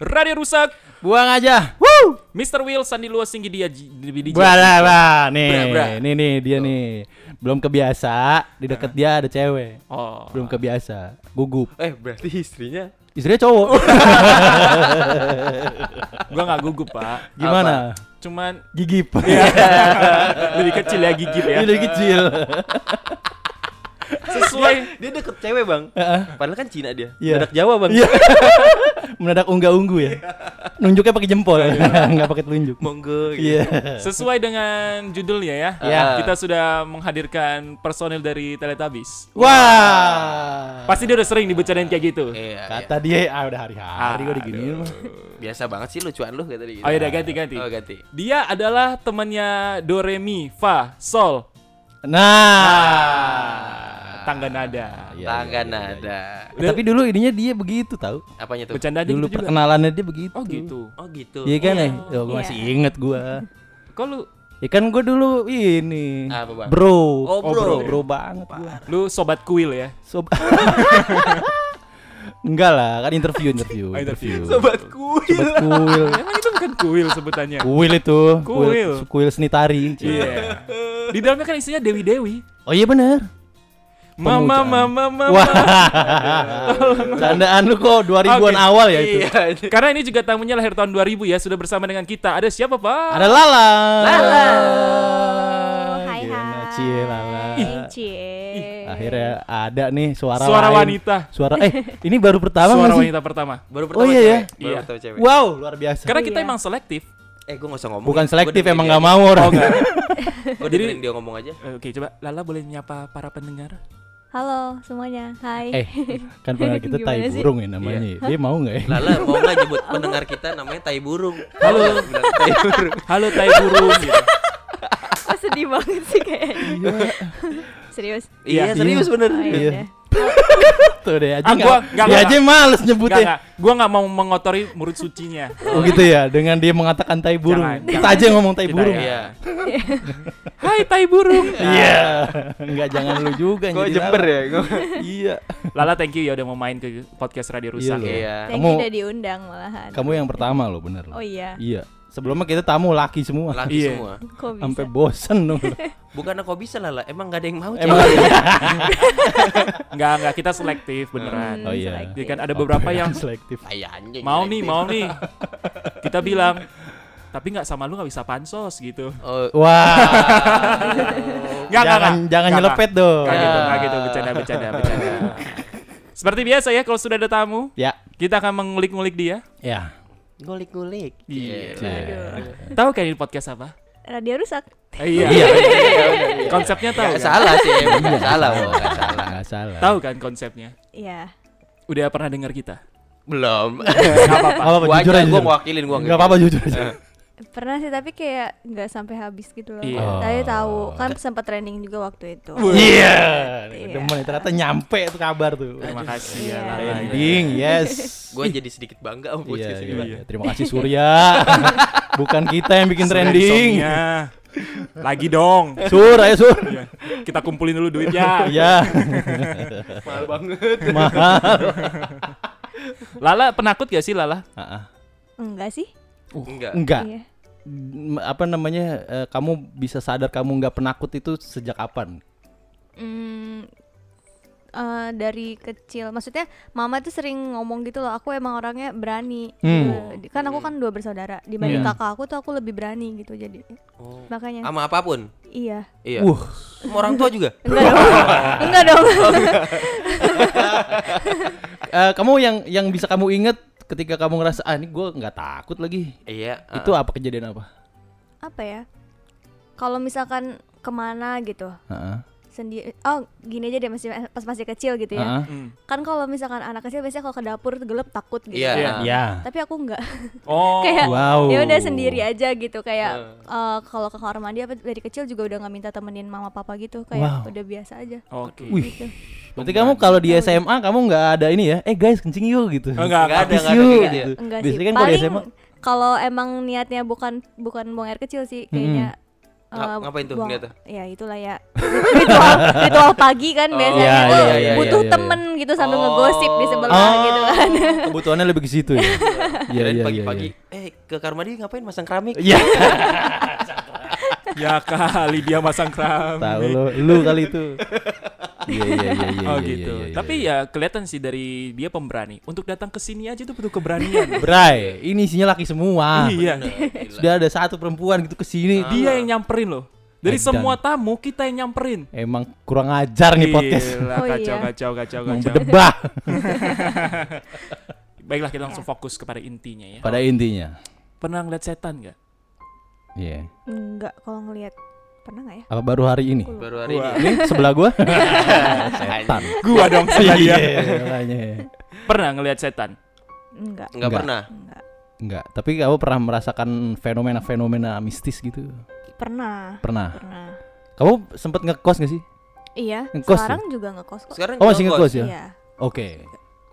Radio Rusak, Buang aja. Woo! Mr. Will, Sandi Luas, Singgi Dia, Ji- di- di- di- Bra, bra, nih, Bra, bra. Oh. Nah. nih, nih, dia nih, belum kebiasa, di deket dia ada cewek, Oh. belum kebiasa, gugup, Eh berarti istrinya istrinya cowok, Oh. eh, Gua nggak gugup, Pak. gimana? Cuman Gigip, Iya, lebih kecil ya gigip ya. Ini dari kecil, Sesuai dia deket cewek bang. Padahal kan Cina dia. Iya. Badak Jawa bang. Iya. mendadak unggah unggu ya, nunjuknya pakai jempol, Iya. nggak pakai telunjuk, Monggo. gitu. iya, sesuai dengan judulnya ya. Iya. Kita sudah menghadirkan personil dari Teletubbies. wah, Pasti dia udah sering dibicarain kayak gitu. Iya. kata dia, ah udah hari-hari gue diginiin, mah. iya. Biasa banget sih lucuan lu kata dia. gitu. iya, Oh ya udah ganti ganti. Oh ganti. Dia adalah temannya Doremi, Fa, Sol, nah, tangga Ah. nada. Iya, Tangga iya, iya, iya. nada. Eh, tapi dulu ininya dia begitu tau, Apanya tuh? Bercanda aja dulu gitu juga. perkenalannya dia begitu, Oh gitu. Oh gitu. Iya kan ya? Yo, gue Iya. masih inget gua Kok lu Ya kan gue dulu ini Apa, Bang? Bro Oh, bro. bro, bro banget gua lu sobat kuil ya? Sob- Enggak lah kan interview interview Oh, interview. Sobatku. Sobat kuil Emang itu bukan kuil sebutannya. Kuil itu Kuil. Kuil, kuil seni tari Iya. Di dalamnya kan isinya dewi-dewi. Oh iya bener Mama, Pemujaan. mama, mama. Wah Candaan lu kok 2000an Oke. awal ya itu Iya. Karena ini juga tamunya lahir tahun 2000 ya, sudah bersama dengan kita. Ada siapa, Pak? Ada Lala Lala. Oh, hai Gimana, hai. Cie, Lala Cie. Akhirnya ada nih suara Suara lain. wanita. Suara eh ini baru pertama Suara nggak sih? wanita pertama. Baru Oh, pertama iya, cewek. iya. Baru Iya. pertama cewek. Wow, luar biasa. Karena kita Iya. emang selektif. Eh gue gak usah ngomong. Bukan selektif emang nggak mau orang. Oh, Gue dengerin dia ngomong aja. Eh, Oke, coba Lala boleh menyapa para pendengar? Halo semuanya. Hai. eh, kan pendengar kita Gimana tai sih? burung ya namanya. Iya. Dia mau nggak ya? Lala mau nggak nyebut pendengar kita namanya tai burung. Halo. Bilang tai burung. Halo Tai Burung gitu. Kok sedih banget sih kayaknya. Serius. Iya Iya. serius bener. Oh, Iya. udah. Tuh deh aja. Ah, nggak- gua- nggak, dia nggak, aja males nyebutnya. Enggak, Gua nggak mau mengotori murid sucinya. Oh gitu ya, dengan dia mengatakan tai burung. Jangan, kita jangan. aja yang ngomong tai Kita burung. ya. Iya. Iya. Hai Tai Burung. Enggak Iya. jangan lu juga yang Kok jadi jember Lala. ya? Iya. Lala thank you ya udah mau main ke podcast Radio Rusak. ya. loh. Iya. Thank Kamu- you udah diundang malahan. Kamu yang pertama loh, bener loh. Oh iya. Iya. Sebelumnya kita tamu laki semua. Laki Iya. semua. Kok bisa? Sampai bosen dong. Bukan kok bisa Lala, emang gak ada yang mau Emang cewek. Enggak, enggak kita selektif beneran. Hmm, Oh, iya. Jadi kan ada beberapa yang selektif. Ay, anjing. mau nih, mau nih. Kita bilang tapi nggak sama lu nggak bisa pansos gitu. Oh, Wah, Nggak, nggak, jangan nggak. jangan Nggak, nyelepet dong. Nggak gitu, nggak Ya. gitu, bercanda, bercanda, bercanda. Seperti biasa ya, kalau sudah ada tamu, Ya, kita akan mengulik-ngulik dia. ya. Ngulik-ngulik. Iya. Aduh. Tahu kan ini podcast apa? Radio rusak. Eh, iya. Iya. Konsepnya tahu Gak kan? salah sih, emang gak salah, Iya. Bo, gak salah. Enggak salah. Tahu kan konsepnya? Iya. Udah pernah dengar kita? Belum. Enggak apa-apa. Apa-apa, Gua jujur aja, aja. gua jujur. ngewakilin, gua Nggak apa-apa jujur aja. Eh. Pernah sih tapi kayak nggak sampai habis gitu loh. Iya. Tapi tahu kan sempat trending juga waktu itu. Iya. Iya. Demen ya, ternyata nyampe tuh kabar tuh. Terima kasih ya. Iya. Lala. Ending, yes. Gue jadi sedikit bangga sama Iya, podcast ini. iya, Bang. iya. Terima kasih Surya. Bukan kita yang bikin Sudah trending. insomnia. Lagi dong. Sur, ayo Sur. Iya. Kita kumpulin dulu duitnya. Iya. Mahal banget. Mahal. Lala penakut gak sih Lala? Ah, ah. Enggak sih? Uh. Enggak. Enggak. Iya. M- Apa namanya? eh, kamu bisa sadar kamu nggak penakut itu sejak kapan? Mm, eh, dari kecil maksudnya mama tuh sering ngomong gitu loh aku emang orangnya berani Hmm. Eh, kan aku kan dua bersaudara dibanding Iya. kakak aku tuh aku lebih berani gitu jadi Oh. makanya Sama apapun. iya Iya. Wuh. Sama orang tua juga. enggak dong enggak dong Eh, kamu yang yang bisa kamu inget ketika kamu ngerasa ah ini gue nggak takut lagi. Iya. ah. Itu apa kejadian apa? apa ya kalau misalkan kemana gitu Heeh. sendiri oh gini aja deh masih pas masih kecil gitu ya Heeh. Hmm. kan kalau misalkan anak kecil biasanya kalau ke dapur tuh gelap takut gitu Iya. Iya. Ya. tapi aku enggak Oh. kayak Wow. ya udah sendiri aja gitu kayak eh, kalau ke kamar mandi apa dari kecil juga udah nggak minta temenin mama papa gitu Wow. kayak udah biasa aja Oke. Wih. gitu Berarti kamu kalau di SMA kamu nggak ada ini ya? Eh guys kencing yuk gitu. Oh, enggak, Enggak ada, Pipis enggak ada yuk, kayak ya? gitu. gitu. enggak sih Biasanya kan kalau di paling SMA kalau emang niatnya bukan bukan buang air kecil sih kayaknya eh, Nga- ngapain tuh buang- ngeliatnya? Ya itulah ya ritual ritual pagi kan Oh, biasanya iya, tuh iya, iya, butuh iya, iya. temen gitu sambil ngegosip di Oh. sebelah gitu kan. Kebutuhannya lebih ke situ ya. Iya, Kirain iya, pagi-pagi eh ke Karmadi ngapain masang keramik? Iya. ya kali dia masang keramik. Tahu lu, lu kali itu. Iya, iya, iya, iya. Oh iya, gitu. iya, iya, Tapi iya. ya kelihatan sih dari dia pemberani. Untuk datang ke sini aja tuh butuh keberanian. Bray, ini isinya laki semua. iya. Ah. Sudah ada satu perempuan gitu ke sini. Dia yang nyamperin loh. Dari Edan. semua tamu kita yang nyamperin. Emang kurang ajar Iya. nih podcast. Gila, Oh, kacau, iya. kacau, kacau, Emang kacau. berdebah Baiklah kita langsung Iya. fokus kepada intinya ya. pada intinya. Pernah ngeliat setan nggak? Iya. Enggak kalau ngelihat pernah nggak ya? Apa baru hari ini? Baru hari Wah. ini. Ini sebelah gua. Iya, Setan. Gua dong Iya, sama dia. makanya. Pernah ngeliat setan? Enggak. Enggak Nggak. pernah. Enggak. Enggak, tapi kamu pernah merasakan fenomena-fenomena mistis gitu? Pernah. Pernah. Pernah. Kamu sempat ngekos gak sih? Iya, Ngekos sekarang juga ngekos kok. Sekarang Oh, masih jual ngekos ya? Iya. Oke.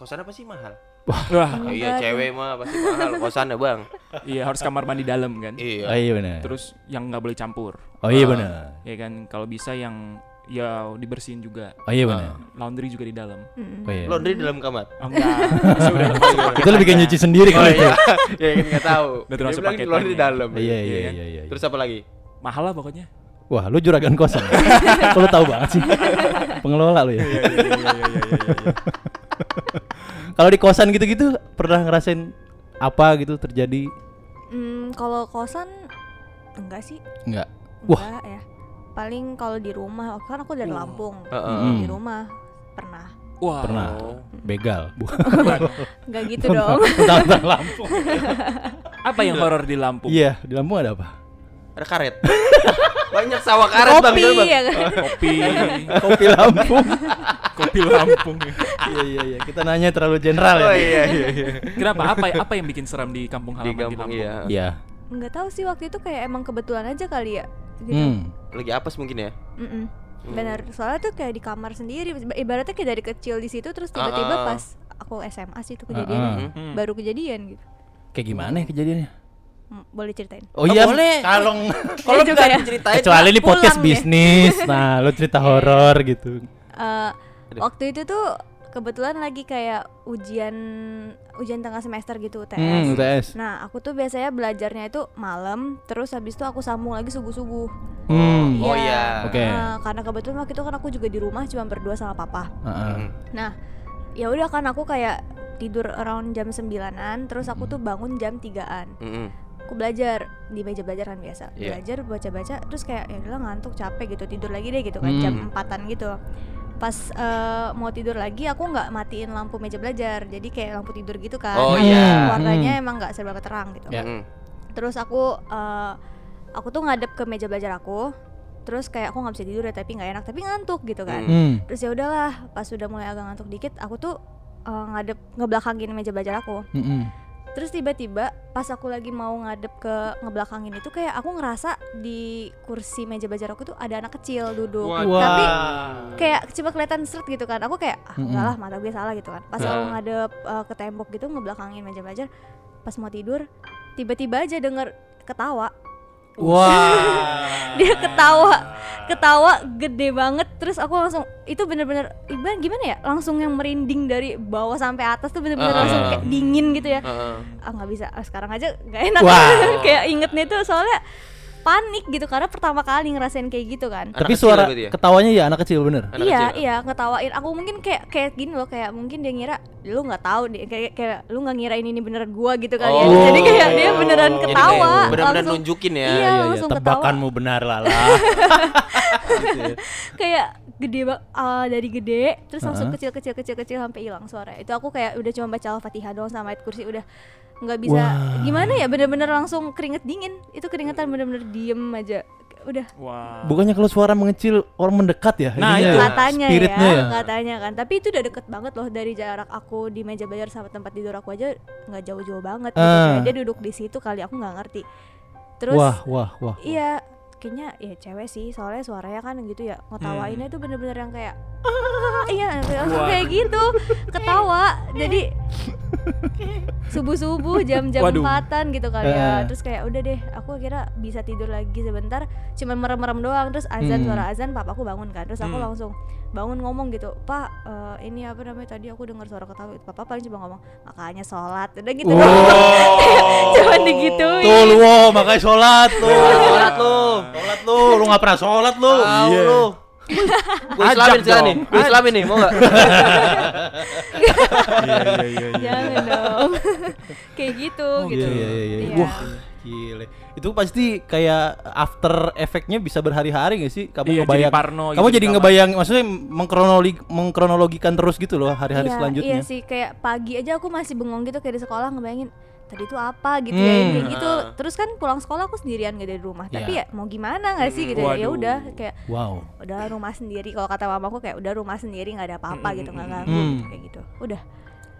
Kosan apa sih mahal? Wah, Oh, Enggak iya tuh. cewek mah pasti mahal kosan ya, Bang. iya harus kamar mandi dalam kan. Oh Iya. iya benar. Terus yang nggak boleh campur, Oh iya Ah. benar. ya kan? Kalau bisa yang ya dibersihin juga. Oh iya benar. Laundry juga di dalam. Mm-mm. Oh, iya. Laundry dalam kamar. Oh, enggak. Itu udah termasuk paketannya. Itu lebih kayak nyuci sendiri Oh kalau itu. iya. ya kan enggak tahu. Udah termasuk Dia bilang paketannya. laundry dalam. Iya Iya, iya kan? iya iya. Terus apa lagi? Mahal lah pokoknya. Wah, lu juragan kosan. ya? Kok lu tahu banget sih. Pengelola lu ya. Iya, Kalau di kosan gitu-gitu pernah ngerasain apa gitu terjadi? Mm, kalau kosan enggak sih? Enggak. Wah. Enggak ya. Paling kalau di rumah, kan aku dari Wah. Lampung. Heeh. Kalau Di Mm. rumah pernah. Wah. Pernah. Oh. Begal. Bukan. Enggak gitu dong. Tentang Lampung. Apa yang horor di Lampung? Iya, di Lampung ada apa? Ada karet. Banyak sawah karet Bang. Eh. Kopi Betul, Bang. ya kan. Kopi, Kopi Lampung. kopi Lampung. Iya iya iya, kita nanya terlalu general Oh ya. iya iya iya. Kenapa? Apa apa yang bikin seram di kampung Di halaman di, Lampung? kampung iya. Iya. Enggak tahu sih waktu itu kayak emang kebetulan aja kali ya. Gitu. Hmm. Lagi apes mungkin ya? Mm-mm. Benar. Soalnya tuh kayak di kamar sendiri. Ibaratnya kayak dari kecil di situ terus tiba-tiba Ah, ah. pas aku SMA sih Ah, itu kejadian. Hmm. Hmm. Baru kejadian gitu. Kayak gimana ya kejadiannya? Mm, Boleh ceritain. Oh Oh, iya, boleh. kalau Kalau juga enggak ya. diceritain kecuali ini pulang podcast ya. bisnis. Nah, lo cerita horor gitu. Eh, waktu itu tuh kebetulan lagi kayak ujian ujian tengah semester gitu UTS. Hmm, UTS. Nah, aku tuh biasanya belajarnya itu malam, terus habis itu aku sambung lagi subuh-subuh. Hmm. Oh Iya. iya. Oke. Nah, karena kebetulan waktu itu kan aku juga di rumah cuma berdua sama papa. Heeh. Mm. Nah, ya udah kan aku kayak tidur around jam 9-an, terus aku tuh bangun jam 3-an. Mm-mm. Aku belajar di meja belajar kan biasa. Iya. Belajar baca-baca terus kayak ya udah ngantuk, capek gitu, tidur lagi deh gitu kan jam Hmm. 4-an gitu. Pas eh, mau tidur lagi aku nggak matiin lampu meja belajar. Jadi kayak lampu tidur gitu kan. Oh, Nah, iya. Warnanya emang nggak serba terang gitu. Ya. Mm-mm. terus aku eh, aku tuh ngadep ke meja belajar aku terus kayak aku nggak bisa tidur ya tapi nggak enak tapi ngantuk gitu kan Hmm. terus ya udahlah pas sudah mulai agak ngantuk dikit aku tuh eh, ngadep ngebelakangin meja belajar aku Mm-mm. terus tiba-tiba pas aku lagi mau ngadep ke ngebelakangin itu kayak aku ngerasa di kursi meja belajar aku tuh ada anak kecil duduk Wah. tapi Wah. kayak cuma kelihatan seret gitu kan aku kayak ah, Mm-mm. enggak lah mata gue salah gitu kan pas Nah. aku ngadep uh, ke tembok gitu ngebelakangin meja belajar pas mau tidur tiba-tiba aja denger ketawa dia ketawa ketawa gede banget terus aku langsung itu bener-bener iban gimana ya langsung yang merinding dari bawah sampai atas tuh bener-bener Ah. langsung kayak dingin gitu ya Heeh. ah nggak bisa Ah, sekarang aja nggak enak Wah. kayak ingetnya tuh soalnya panik gitu karena pertama kali ngerasain kayak gitu kan Anak Tapi kecil suara berarti ya? ketawanya ya anak kecil bener. Anak iya kecil. kan? iya ngetawain aku mungkin kayak kayak gini loh kayak mungkin dia ngira lu nggak tahu deh kayak kayak lu nggak ngira ini ini beneran gua gitu kali ya Oh. jadi kayak dia beneran Jadi kayak ketawa Benar-benar langsung nunjukin ya. Iya. langsung Tebakanmu benar lala. kayak gede ba- ah, dari gede terus langsung Heeh. kecil kecil kecil kecil sampai hilang suara itu aku kayak udah cuma baca al-fatihah doang sama ayat kursi udah nggak bisa Wah. gimana ya bener-bener langsung keringet dingin itu keringetan bener-bener diem aja udah Wah. Bukannya kalau suara mengecil orang mendekat ya? Nah, Ininya itu. ya, katanya spiritnya ya, katanya kan tapi itu udah deket banget loh dari jarak aku di meja belajar sama tempat tidur aku aja nggak jauh-jauh banget gitu. Ah. Kayak dia duduk di situ kali aku nggak ngerti terus Wah, wah, wah. iya kayaknya ya cewek sih soalnya suaranya kan gitu ya ngetawainnya Hmm. tuh bener-bener yang kayak "Ah," iya langsung Wah. kayak gitu ketawa jadi subuh-subuh jam-jam Waduh. empatan gitu kali Eh. ya terus kayak udah deh aku kira bisa tidur lagi sebentar cuman merem-merem doang terus azan Hmm. suara azan papaku bangun kan terus aku Hmm. langsung bangun ngomong gitu pak eh, ini apa namanya tadi aku dengar suara ketawa papa paling cuma ngomong makanya sholat udah gitu Wow. doang cuman digituin Tuh lu wow, makanya sholat tuh. Sholat lu. Sholat lu, lu nggak pernah sholat lu. Tahu Iya. lu. Gue Ajak islamin sila nih. dong. Gue islamin nih, mau enggak? Iya iya iya. iya. jangan dong kayak gitu Oh, gitu Iya iya iya. Iya. Wah, gile. Itu pasti kayak after efeknya bisa berhari-hari gak sih? Kamu Iya, jadi ngebayang. parno gitu kamu di jadi kamar. ngebayang maksudnya mengkronologi mengkronologikan terus gitu loh hari-hari Iya, selanjutnya. Iya sih, kayak pagi aja aku masih bengong gitu kayak di sekolah ngebayangin tadi itu apa gitu ya Hmm. kayak gitu. Ah. Terus kan pulang sekolah aku sendirian gak dari rumah. Tapi ya Iya. mau gimana nggak sih Hmm, gitu ya. ya waduh. udah kayak Wow. udah rumah sendiri kalau kata mamaku kayak udah rumah sendiri nggak ada apa-apa gitu nggak ganggu Hmm. gitu, kayak gitu. Udah.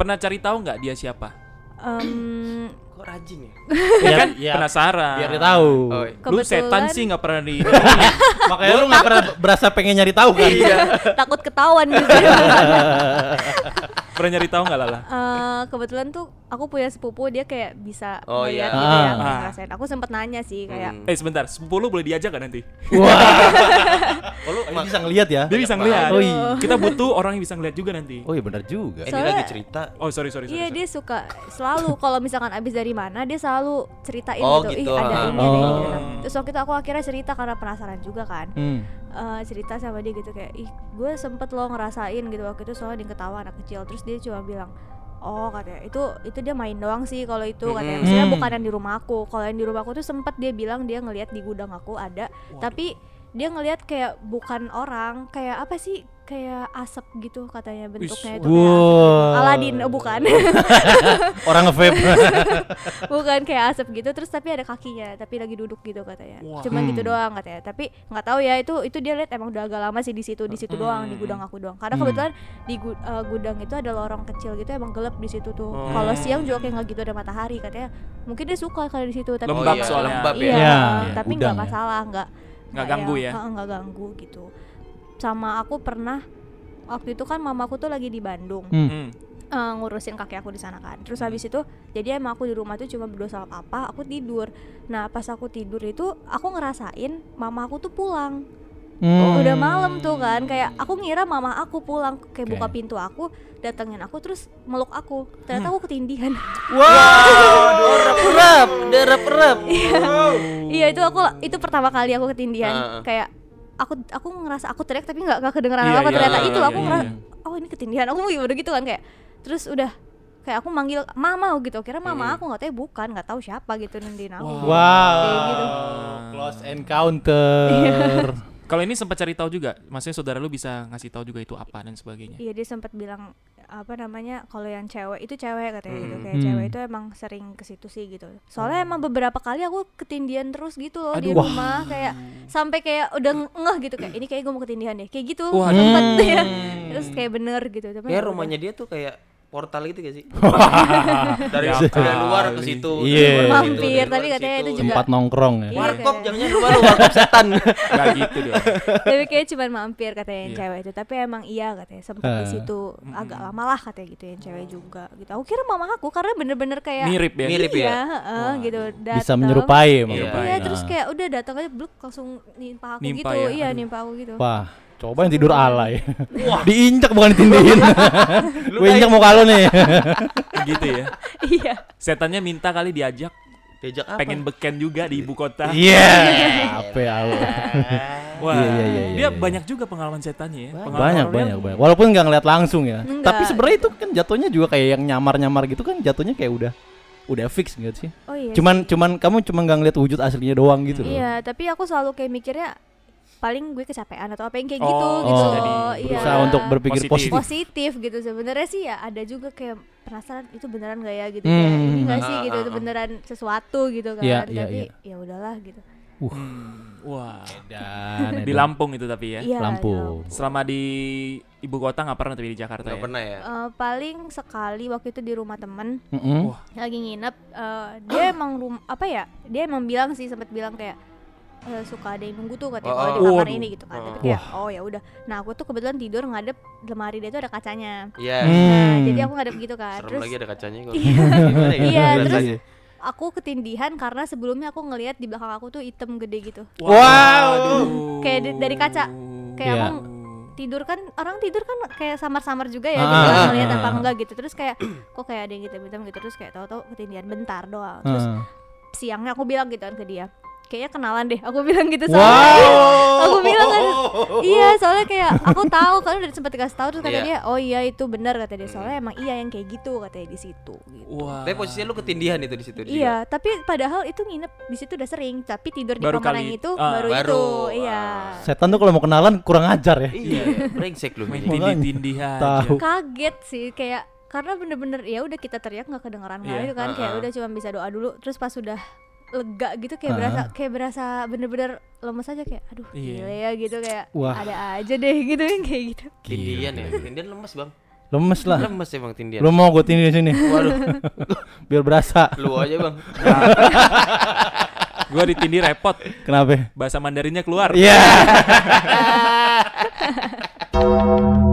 Pernah cari tahu nggak dia siapa? Em, Kok rajin ya? Ya kan iya. penasaran. Biar dia tahu. Oh, iya. Lu setan kebetulan sih nggak pernah di. Makanya lu nggak pernah berasa pengen nyari tahu kan? Iya. Iya. takut ketahuan gitu. pernah nyari tahu nggak Lala? Eh, kebetulan tuh aku punya sepupu dia kayak bisa Oh, iya. ngeliat gitu ya, Ah. kayak ngerasain. Aku sempet nanya sih kayak Mm. Eh sebentar, 10 boleh diajak gak nanti? Iya. Wah, Kalau ini bisa ngelihat ya. Dia bisa ngeliat. Oh, iya. Kita butuh orang yang bisa ngeliat juga nanti. Oh iya benar juga. Eh, dia Soalnya- lagi cerita. Oh sorry sorry. sorry, Iya sorry. dia suka selalu kalau misalkan abis dari mana dia selalu ceritain Oh, gitu, gitu, ih ah. ada ini ada ini, ada Oh. itu." Terus waktu itu aku akhirnya cerita karena penasaran juga kan. Hmm. Eh, cerita sama dia gitu kayak ih gue sempet loh ngerasain gitu waktu itu soalnya dia ketawa anak kecil terus dia cuma bilang oh katanya itu itu dia main doang sih kalau itu katanya Mm-mm. maksudnya Hmm. bukan yang di rumah aku kalau yang di rumah aku tuh sempet dia bilang dia ngelihat di gudang aku ada tapi dia ngelihat kayak bukan orang kayak apa sih kayak asap gitu katanya bentuknya itu kayak asap. Wow. Aladin, oh, bukan Orang nge-vape. bukan kayak asap gitu terus tapi ada kakinya tapi lagi duduk gitu katanya Wah. cuman gitu Hmm. doang katanya tapi nggak tahu ya itu itu dia lihat emang udah agak lama sih di situ di situ doang di Hmm. gudang aku doang karena Hmm. kebetulan di gu- eh, gudang itu ada lorong kecil gitu emang gelap di situ tuh Oh. kalau siang juga kayak nggak gitu ada matahari katanya mungkin dia suka kalau di situ tapi Lembab nggak- soalnya. lembab iya, ya. Ya, eh, tapi gudang nggak ya. masalah nggak Nggak ganggu ya? heeh, nggak ganggu gitu sama aku pernah waktu itu kan mamaku tuh lagi di Bandung Hmm. eh, ngurusin kakek aku di sana kan. Terus habis itu jadi emang aku di rumah tuh cuma berdua sama papa, aku tidur. Nah, pas aku tidur itu aku ngerasain mama aku tuh pulang. Hmm. Oh. Oh, Udah malam tuh kan, kayak aku ngira mama aku pulang, kayak Oke. buka pintu aku, datengin aku terus meluk aku. Ternyata aku ketindihan. Iya. Wow. Rep, derep, rep. Iya, itu Oh. aku itu pertama kali aku ketindihan. Ah, ah. Kayak aku aku ngerasa aku teriak tapi nggak nggak kedengeran Iya, apa iya, ternyata iya, itu iya, aku iya, ngerasa iya. oh ini ketindihan aku mau gimana gitu kan kayak terus udah kayak aku manggil mama gitu kira mama Mm-mm. aku nggak tahu bukan nggak tahu siapa gitu nendiin aku Iya. Wah. Wow. Kayak gitu. Iya. Close encounter. Kalau ini sempat cari tahu juga, maksudnya saudara lu bisa ngasih tahu juga itu apa dan sebagainya. Iya dia sempat bilang apa namanya kalau yang cewek itu cewek katanya gitu Hmm. Oh. kayak Hmm. cewek itu emang sering ke situ sih gitu. Soalnya emang beberapa kali aku ketindihan terus gitu loh di Aduh. rumah kayak sampai kayak udah ngeh gitu kayak ini kayak gue mau ketindihan deh kayak gitu Wah, Hmm. sempet ya. Terus kayak bener gitu. Tapi Ya ya rumahnya dia tuh kayak portal gitu gak sih? Dari Dari luar ke situ. Iya. dari luar ke situ, dari Mampir, luar tapi ke katanya situ. itu juga- Tempat nongkrong ya. Iya. Warkop kayak- jangan lupa lu warkop setan. Gak gitu dong. tapi kayak cuman mampir katanya yang Iya. cewek itu tapi emang iya katanya sempet di Eh. situ agak lama lah katanya gitu yang cewek juga gitu. Aku kira mama aku karena bener-bener kayak Mirip ya. Mirip iya, ya. heeh, gitu. Bisa datang. menyerupai Iya. menyerupai. Iya, terus Nah. kayak udah datang aja bluk langsung nimpa aku Nimpa gitu. ya, Iya, aduh. nimpa aku gitu. Wah, coba yang tidur alay. Diinjak bukan ditindihin. Gue injak mau kalau nih. Gitu ya. Iya. Setannya minta kali diajak, Diajak apa? pengen beken juga di ibu kota. Iya. Apa ya lu? Wah, Iya, iya, iya, dia iya, iya. banyak juga pengalaman setannya ya. Pengalaman Banyak horornya banyak banyak. Walaupun nggak ngeliat langsung ya. Enggak. Tapi sebenarnya itu kan jatuhnya juga kayak yang nyamar-nyamar gitu kan jatuhnya kayak udah udah fix gitu sih. Oh iya. Cuman cuman kamu cuma nggak ngeliat wujud aslinya doang gitu loh. Iya, tapi aku selalu kayak mikirnya paling gue kecapean atau apa yang kayak Oh, gitu oh, gitu. jadi loh. Berusaha untuk berpikir Positif. positif. positif gitu sebenarnya sih ya ada juga kayak penasaran itu beneran gak ya gitu Hmm. kayak ini gak sih Ah, gitu ah, itu ah. beneran sesuatu gitu kan Iya, iya, tapi iya. ya udahlah gitu Hmm, Wah, Dan di Lampung itu tapi ya. Iya, Lampung. Selama di ibu kota nggak pernah tapi di Jakarta Gak ya. pernah ya. no. Eh, paling sekali waktu itu di rumah temen Mm-mm. Wah. lagi nginep eh, dia emang rum apa ya dia emang bilang sih sempat bilang kayak eh, suka ada yang nunggu tuh katanya Oh, kalau di oh. kamar Waduh. ini gitu kan. Tapi Oh. kayak oh ya udah. Nah, aku tuh kebetulan tidur ngadep lemari dia tuh ada kacanya. Iya. Hmm. Nah, jadi aku ngadep gitu kan. Serem Terus lagi ada kacanya kalau. Iya. Gimana ya? Iya, Rasanya. terus- aku ketindihan karena sebelumnya aku ngelihat di belakang aku tuh item gede gitu. Wow. Waduh. Kayak di- dari kaca. Kayak Iya. aku tidur kan orang tidur kan kayak samar-samar juga ya Ah. dia nggak ngeliat apa enggak gitu terus kayak kok kayak ada yang hitam-hitam gitu terus kayak tahu-tahu ketindihan bentar doang terus Heeh. siangnya aku bilang gitu kan ke dia kayaknya kenalan deh aku bilang gitu soalnya Wow. aku bilang Oh. kan iya soalnya kayak aku tahu kan udah sempat dikasih tahu terus kata Iya. dia oh iya itu benar kata dia soalnya emang iya yang kayak gitu katanya di situ gitu. Wah. Tapi posisinya lu ketindihan itu di situ di Iya, tapi padahal itu nginep di situ udah sering, tapi tidur di Baru kamar kali- yang itu ah. baru, Baru, itu. ah. Iya. Setan tuh kalau mau kenalan kurang ajar ya. Iya, brengsek lu. Main Mil. Makanya. tindih-tindih aja. Tahu. Kaget sih kayak karena bener-bener ya udah kita teriak nggak kedengeran Iya, kali itu kan ah, kayak ah. udah cuma bisa doa dulu terus pas sudah lega gitu kayak Ah. berasa kayak berasa bener-bener lemes aja kayak aduh Iya. gila ya gitu kayak Wah. ada aja deh gitu yang kayak gitu Tindihan ya. Tindihan lemes, Bang. Lemes lah. Lemes emang Iya. tindihan. Lu mau gue tindih di sini Waduh, biar berasa. lu aja, Bang. Gua ditindih repot. Kenapa? Iya. Bahasa Mandarinnya keluar. Iya.